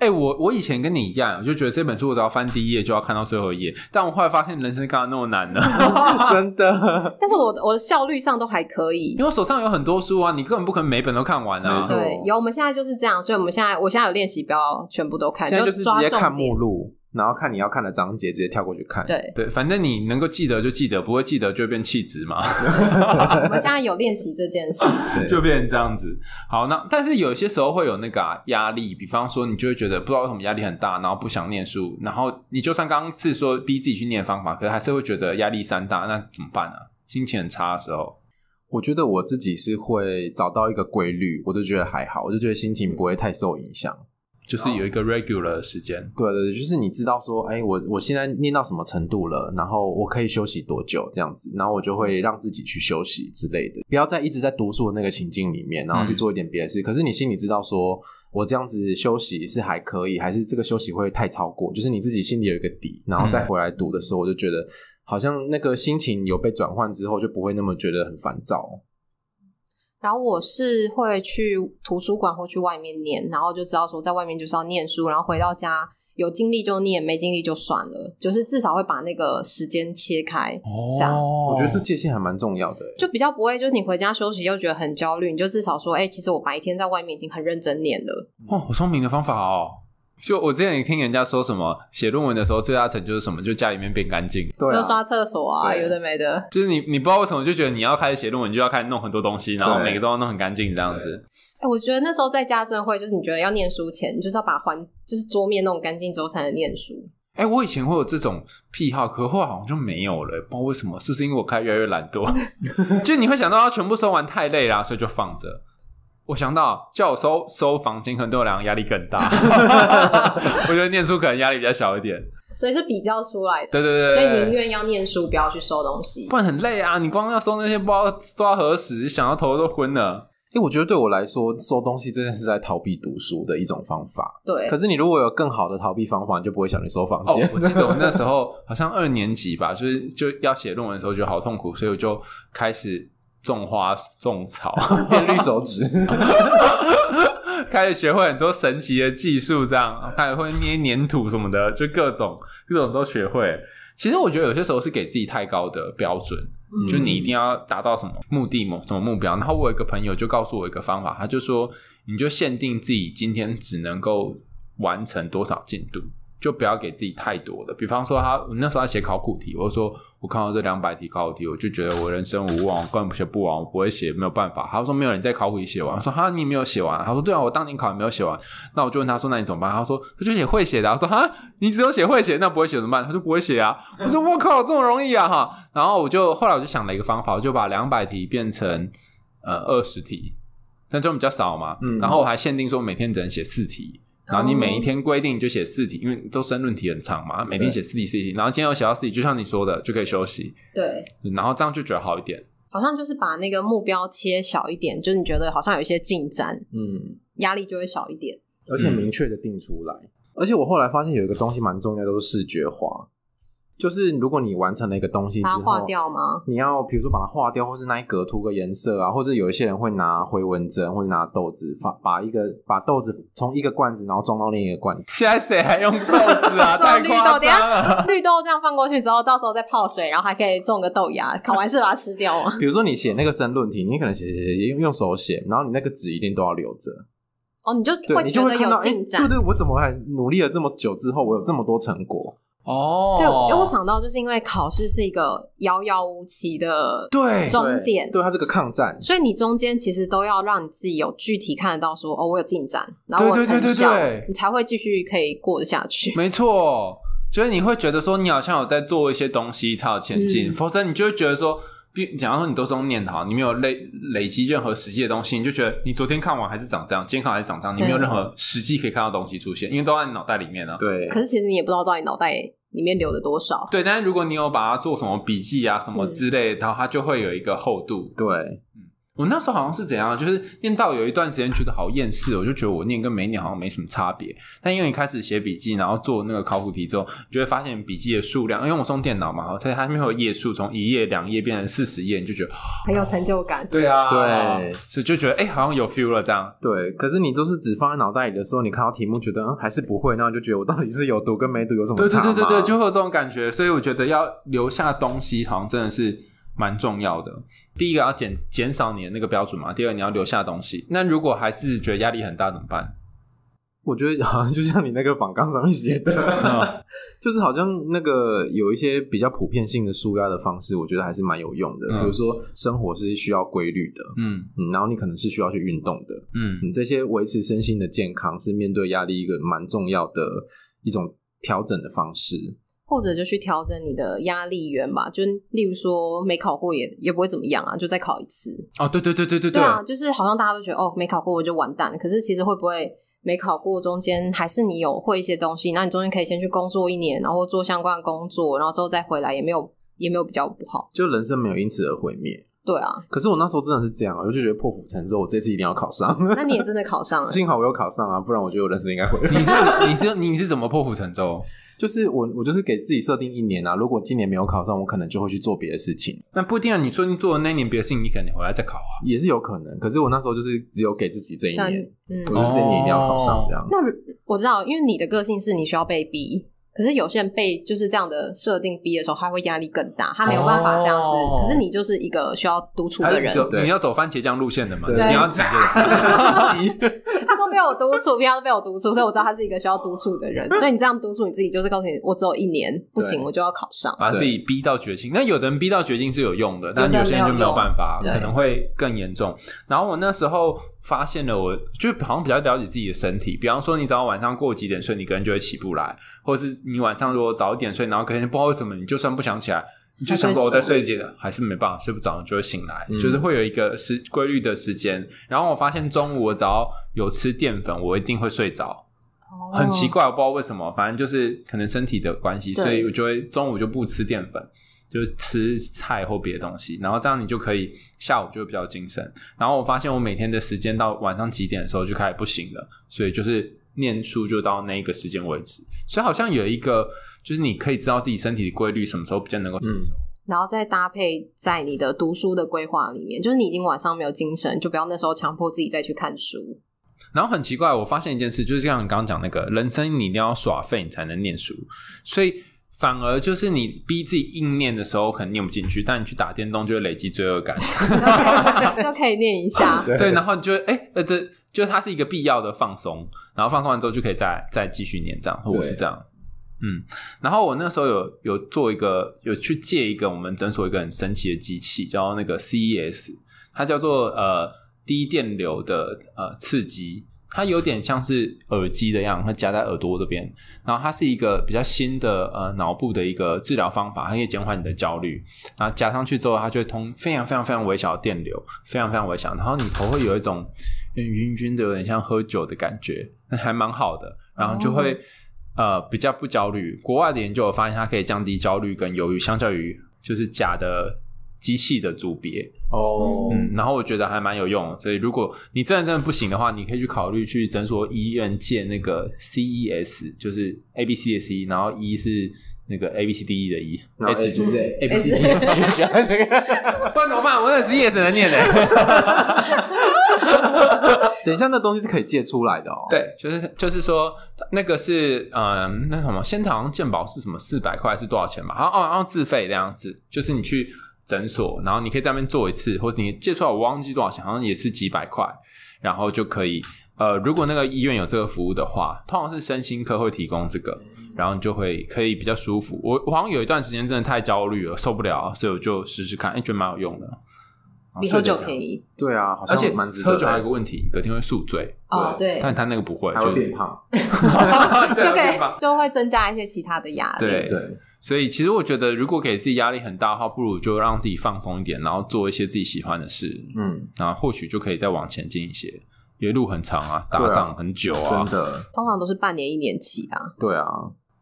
B: 哎、我我以前跟你一样，我就觉得这本书我只要翻第一页就要看到最后一页，但我后来发现人生干嘛那么难呢？
C: 真的，
A: 但是我的我的效率上都还可以
B: 因。为我手上有很多书啊，你根本不可能每本都看完啊
C: 没。错
A: 对，有我们现在就是这样，所以我们现在我现在有练习，不要全部都看，
C: 现在就是直
A: 抓
C: 接看
A: 重点
C: 目。录，然后看你要看的章节，直接跳过去看。，
A: 对，
B: 对，反正你能够记得就记得，不会记得就会变气质嘛，
A: 我们现在有练习这件事。
B: 就变成这样子。好，那但是有些时候会有那个啊压、力，比方说你就会觉得不知道为什么压力很大，然后不想念书，然后你就算刚刚是说逼自己去念方法，可是还是会觉得压力山大，那怎么办啊？心情很差的时候，
C: 我觉得我自己是会找到一个规律，我就觉得还好，我就觉得心情不会太受影响。
B: 就是有一个 regular 的时间。
C: 对对，对就是你知道说，哎，我我现在念到什么程度了，然后我可以休息多久这样子，然后我就会让自己去休息之类的，不要再一直在读书的那个情境里面，然后去做一点别的事。可是你心里知道说，我这样子休息是还可以，还是这个休息会太超过，就是你自己心里有一个底，然后再回来读的时候，我就觉得好像那个心情有被转换之后，就不会那么觉得很烦躁。
A: 然后我是会去图书馆或去外面念，然后就知道说在外面就是要念书，然后回到家有精力就念，没精力就算了，就是至少会把那个时间切开，这样
B: 哦
C: 我觉得这界限还蛮重要的、欸
A: 就比较不会就是你回家休息又觉得很焦虑，你就至少说，哎、其实我白天在外面已经很认真念了，
B: 哦，好聪明的方法哦。就我之前也听人家说什么写论文的时候最大成就是什么，就家里面变干净。
C: 对、
A: 就
C: 啊，
A: 刷厕所啊，
C: 对
A: 有的没的。
B: 就是你，你不知道为什么就觉得你要开始写论文，就要开始弄很多东西，然后
C: 对
B: 每个都要弄很干净这样子。
A: 哎、我觉得那时候在家真的会，就是你觉得要念书前，你就是要把环就是桌面弄干净之后才能念书。
B: 哎、我以前会有这种癖好，可后来好像就没有了、不知道为什么，是不是因为我开始越来越懒惰？ 就你会想到要全部收完太累啦，所以就放着。我想到叫我收收房间，可能对我来讲压力更大。 我觉得念书可能压力比较小一点。
A: 所以是比较出来的，
B: 对对对
A: 所
B: 对
A: 以宁愿要念书，不要去收东西
B: 不。然很累啊！你光要收那些，不知道收到何时，想到头都昏了。
C: 因为我觉得对我来说，收东西真的是在逃避读书的一种方法。
A: 对
C: 可，是你如果有更好的逃避方法，你就不会想去收房
B: 哦
C: 间。，
B: 我记得我那时候好像二年级吧，就是就要写论文的时候觉得好痛苦，所以我就开始种花种草，
C: 变绿手指，
B: 开始学会很多神奇的技术，这样哦开始会捏粘土什么的，就各种各种都学会。其实我觉得有些时候是给自己太高的标准，
A: 嗯
B: 就你一定要达到什么目的、某什么目标。然后我有一个朋友就告诉我一个方法，他就说，你就限定自己今天只能够完成多少进度，就不要给自己太多的。比方说他，我那时候他写考古题，我就说我看到这两百题考古题，我就觉得我人生无望，我根本写不完，我不会写，没有办法。他说没有人在考古题写完，我说哈你没有写完，他说对啊，我当年考也没有写完。那我就问他说那你怎么办？他说他就写会写的啊。我说哈你只有写会写，那不会写怎么办？他说不会写啊。 我说我靠，这么容易啊哈！然后我就后来我就想了一个方法，我就把两百题变成呃二十题，但这种比较少嘛。
C: 嗯
B: 然后我还限定说每天只能写四题，然后你每一天规定就写四题，因为都申论题很长嘛，每天写四题四题，然后今天有写到四题，就像你说的，就可以休息，
A: 对，
B: 然后这样就觉得好一点。
A: 好像就是把那个目标切小一点，就是你觉得好像有一些进展，
C: 嗯，
A: 压力就会小一点。
C: 而且明确的定出来。而且我后来发现有一个东西蛮重要，都是视觉化，就是如果你完成了一个东西之
A: 把它
C: 后，
A: 划掉吗？
C: 你要比如说把它划掉，或是那一格涂个颜色啊，或是有一些人会拿回纹针，或者拿豆子，把把一个把豆子从一个罐子然后装到另一个罐子。
B: 现在谁还用豆 子啊？
A: 这种
B: 太
A: 绿
B: 夸
A: 豆，等一
B: 张
A: 下
B: 了！
A: 绿豆这样放过去之后，到时候再泡水，然后还可以种个豆芽，考完试把它吃掉吗？
C: 比如说你写那个申论题，你可能写写写用用手写，然后你那个纸一定都要留着，
A: 哦，你就
C: 对
A: 会
C: 你
A: 觉
C: 就会
A: 得
C: 看到，
A: 有
C: 哎、
A: 进展。
C: 对对，我怎么还努力了这么久之后，我有这么多成果？
B: 哦，
A: 对因为我想到就是因为考试是一个遥遥无期的
B: 对
A: 终
C: 对
A: 点
C: 对，它是个抗战，
A: 所以你中间其实都要让你自己有具体看得到说，哦，我有进展，然后
B: 对
A: 我
B: 对对
A: 成
B: 对
A: 效，
B: 对
A: 你才会继续可以过得下去。
B: 没错，就是你会觉得说你好像有在做一些东西才有前进，
A: 嗯
B: 否则你就会觉得说，比假如说你都是用念头，你没有累累积任何实际的东西，你就觉得你昨天看完还是长这样，今天看完还是长这样，你没有
A: 对
B: 任何实际可以看到东西出现，因为都在你脑袋里面了、啊。
C: 对
A: 可是其实你也不知道到底脑袋里面留了多少。
B: 对，但是如果你有把它做什么笔记啊什么之类的，然后它就会有一个厚度。
C: 对，
B: 我那时候好像是怎样，就是念到有一段时间觉得好厌世，哦我就觉得我念跟没念好像没什么差别。但因为你开始写笔记，然后做那个考古题之后，你就会发现笔记的数量，因为我是用电脑嘛，所以它没有页数，从一页两页变成四十页，你就觉得
A: 很有成就感。
B: 对啊
C: 对
B: 所以就觉得哎、好像有 feel 了这样。
C: 对，可是你都是只放在脑袋里的时候，你看到题目觉得嗯还是不会，那就觉得我到底是有读跟没读有什么
B: 对
C: 差
B: 对
C: 吗？
B: 对对对，就会有这种感觉。所以我觉得要留下东西，好像真的是蛮重要的。第一个要减减少你的那个标准嘛，第二你要留下东西。那如果还是觉得压力很大怎么办？
C: 我觉得好像就像你那个访纲上面写
B: 嗯
C: 的， 就是好像那个有一些比较普遍性的舒压的方式，我觉得还是蛮有用的。
B: 嗯
C: 比如说生活是需要规律的，
B: 嗯
C: 嗯，然后你可能是需要去运动的，
B: 嗯
C: 嗯，这些维持身心的健康是面对压力一个蛮重要的一种调整的方式。
A: 或者就去调整你的压力源吧，就例如说没考过也也不会怎么样啊，就再考一次。
B: 哦，对对对对对
A: 对啊，就是好像大家都觉得哦，没考过我就完蛋了。可是其实会不会没考过中间还是你有会一些东西，那你中间可以先去工作一年，然后做相关的工作，然后之后再回来，也没有也没有比较不好。
C: 就人生没有因此而毁灭。
A: 对 啊，
C: 可是我那时候真的是这样啊，我就觉得破釜沉舟，我这次一定要考上。
A: 那你也真的考上了，
C: 幸好我有考上啊，不然我觉得我人生应该毁灭。
B: 你是 你是你是怎么破釜沉舟？
C: 就是我，我就是给自己设定一年啊，如果今年没有考上，我可能就会去做别的事情，
B: 那不一定啊，你说你做的那一年别的事情，你可能回来再考啊。
C: 也是有可能。可是我那时候就是只有给自己这一
A: 这样
C: 年，
A: 嗯
C: 我。就是这一年一定要考上
B: 哦
C: 这样。
A: 那如我知道，因为你的个性是你需要被逼，可是有些人被就是这样的设定逼的时候，他会压力更大，他没有办法这样子。
B: 哦
A: 可是你就是一个需要独处
B: 还
A: 的
B: 是
A: 人，
B: 走
C: 对
B: 你要走番茄酱路线的嘛，你
C: 对
B: 要直接的。
A: 他都被我独处， 平常都被我独处，所以我知道他是一个需要独处的人。
B: 嗯
A: 所以你这样独处你自己，就是告诉你，我只有一年，不行
C: 对
A: 我就要考上。
B: 把自己逼到绝境。那有的人逼到绝境是有用的，但
A: 有的
B: 有些人就没有
A: 没有
B: 办法，
A: 对
B: 可能会更严重。然后我那时候发现了我，就好像比较了解自己的身体。比方说，你只要晚上过几点睡，你可能就会起不来；或者是你晚上如果早一点睡，然后可能不知道为什么，你就算不想起来。你就想说我再睡一点，还是没办法睡不着，你就会醒来，
C: 嗯
B: 就是会有一个时规律的时间。然后我发现中午我只要有吃淀粉，我一定会睡着。哦很奇
A: 怪，
B: 怪，我不知道为什么，反正就是可能身体的关系，
A: 对
B: 所以我就会中午就不吃淀粉，就是吃菜或别的东西，然后这样你就可以下午就会比较精神。然后我发现我每天的时间到晚上几点的时候就开始不行了，所以就是念书就到那一个时间为止。所以好像有一个就是你可以知道自己身体的规律，什么时候比较能够吸收。
A: 然后再搭配在你的读书的规划里面，就是你已经晚上没有精神，就不要那时候强迫自己再去看 书。
B: 然后很奇怪，我发现一件事，就是像你刚刚讲那个，人生你一定要耍废，你才能念书，所以反而就是你逼自己硬念的时候，可能念不进去，但你去打电动就会累积罪恶感，
A: 就可以念一下。
B: 对，然后你就会哎，那、这就它是一个必要的放松，然后放松完之后就可以再再继续念这样，我是这样。嗯，然后我那时候有有做一个有去借一个我们诊所一个很神奇的机器，叫那个 CES，它叫做呃低电流的呃刺激，它有点像是耳机的样子，它夹在耳朵这边。然后它是一个比较新的呃脑部的一个治疗方法，它可以减缓你的焦虑。然后夹上去之后，它就会通非常非常非常微小的电流，非常非常微小，然后你头会有一种有点晕晕的，有点像喝酒的感觉，那还蛮好的。然后就会、呃比较不焦虑。国外的研究我发现，它可以降低焦虑跟忧郁，相较于就是假的机器的组别。
C: 哦
B: 嗯，然后我觉得还蛮有用的，所以如果你真的真的不行的话，你可以去考虑去诊所医院借那个 CES，就是 A B C 的 C，然后 E 是那个 A B C D E 的 E，
C: 然后 S 是
B: A B C D，
A: S
C: 学起来这个。
B: 不然怎么办？我那 CES 能念嘞。
C: 等一下，那东西是可以借出来的哦。，
B: 对，就是就是说那个是嗯、呃那什么，先好像健保是什么四百块是多少钱吧？好像哦，好像自费这样子，就是你去诊所，然后你可以在那边做一次，或者你借出来我忘记多少钱，好像也是几百块，然后就可以。呃，如果那个医院有这个服务的话，通常是身心科会提供这个，
A: 嗯
B: 然后你就会可以比较舒服。我我好像有一段时间真的太焦虑了，受不了，所以我就试试看，哎、觉得蛮有用的，
A: 比喝酒
B: 宜。
A: 便宜
C: 对啊，好
B: 而
C: 像
B: 且
C: 蛮值得
B: 喝
C: 的
B: 酒还有一个问题，隔天会宿醉。
A: 哦，对，
B: 但他那个不会，
C: 还会
B: 就
C: 变胖。
B: 对
A: 就可
B: 变
A: 以
B: 胖
A: 就会增加一些其他的压力。
B: 对
C: 对，
B: 所以其实我觉得，如果给自己压力很大的话，不如就让自己放松一点，然后做一些自己喜欢的事，
C: 嗯，
B: 然后或许就可以再往前进一些。因为路很长啊，
C: 对啊
B: 打仗很久啊。
C: 真的，
A: 通常都是半年一年起啊。
B: 嗯
C: 对啊，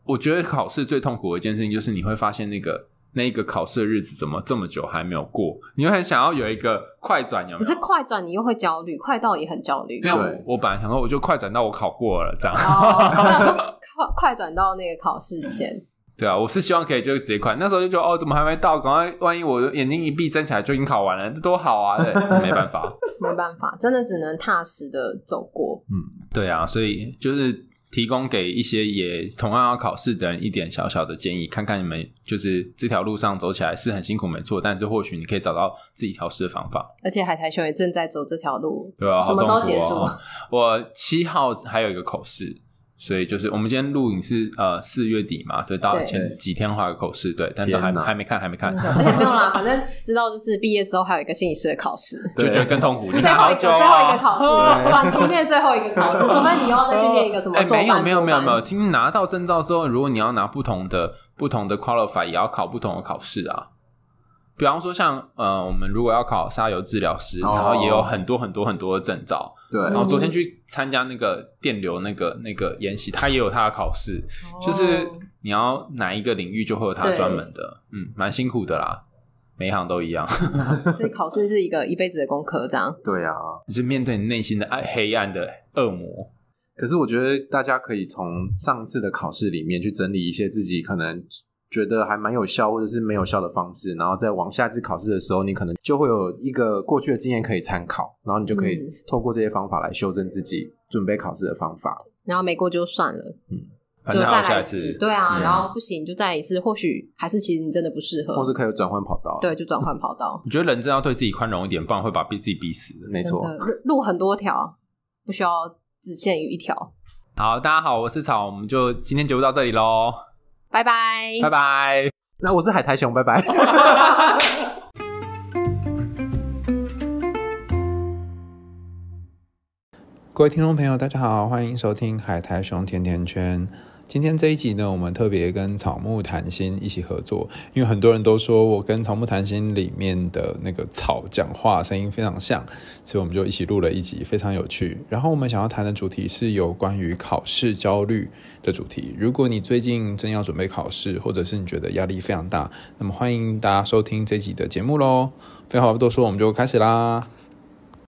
B: 我觉得考试最痛苦的一件事情就是你会发现那个那个考试的日子怎么这么久还没有过，你会很想要有一个快转，有
A: 可
B: 没
A: 是
B: 有？
A: 快转你又会焦虑，快到也很焦虑。
B: 没有
C: 对，
B: 我本来想说我就快转到我考过了这样。
A: 哦，我想说快快转到那个考试前，
B: 对啊，我是希望可以就直接快，那时候就觉得哦，怎么还没到？赶快，万一我眼睛一闭睁起来就已经考完了，这多好 啊！对，没办法，
A: 没办法，真的只能踏实的走过。
B: 对啊，所以就是提供给一些也同样要考试的人一点小小的建议，看看你们就是这条路上走起来是很辛苦，没错，但是或许你可以找到自己调试的方法，
A: 而且海苔熊也正在走这条 路，
B: 对啊，
A: 什么时候
B: 好痛
A: 结
B: 苦
A: 束？
B: 哦我七号还有一个口试。所以就是我们今天录影是呃四月底嘛，所以到
A: 对
B: 前几天还有口试，对，但都还
C: 天哪
B: 还没看，还没 看
A: 真，的而哎且没有啦，反正知道就是毕业之后还有一个心理师的考试，
B: 就觉得更痛苦。
A: 最
B: 你看
A: 后
B: 好
A: 一个
B: 久
A: 最
B: 啊
A: 后一个 考试，短期内最后一个考试，除非你又要再去念一个什么
B: 哎，
A: 硕班
B: 没有没有没有没有，
A: 博班
B: 听拿到证照之后，如果你要拿不同的不同的 qualify，也要考不同的考试啊。比方说像呃，我们如果要考沙油治疗师，
C: 哦
B: 然后也有很多很多很多的证照。
C: 对，
B: 然后
A: 嗯
B: 昨天去参加那个电流那个那个研习，他也有他的考试，就是
A: 哦
B: 你要哪一个领域就会有他
A: 对
B: 专门的，嗯，蛮辛苦的啦，每一行都一样，
A: 哦所以考试是一个一辈子的功课，这样。
C: 对啊。
B: 就是面对你内心的暗黑暗的恶魔。
C: 可是我觉得大家可以从上次的考试里面去整理一些自己可能觉得还蛮有效或者是没有效的方式，然后再往下一次考试的时候，你可能就会有一个过去的经验可以参考，然后你就可以
A: 嗯
C: 透过这些方法来修正自己准备考试的方法。
A: 然后没过就算了，
B: 反
A: 就
B: 正还
A: 再来
B: 有下
A: 一
B: 次，
A: 次。对啊，
B: 嗯
A: 然后不行就再一次，或许还是其实你真的不适合，
C: 或是可以转换跑道。，
A: 对，就转换跑道。
B: 我觉得人真的要对自己宽容一点，不然会把逼自己逼死的。
C: 没错。
A: 真的，路很多条，不需要只限于一条。
B: 好，大家好，我是草，我们就今天节目到这里喽，
A: 拜拜，
B: 拜拜。
C: 那我是海苔熊，拜拜。
D: 各位听众朋友，大家好，欢迎收听海苔熊甜甜圈。今天这一集呢，我们特别跟草木谈心一起合作，因为很多人都说我跟草木谈心里面的那个草讲话声音非常像，所以我们就一起录了一集，非常有趣。然后我们想要谈的主题是有关于考试焦虑的主题。如果你最近正要准备考试，或者是你觉得压力非常大，那么欢迎大家收听这集的节目喽。废话不多说，我们就开始啦。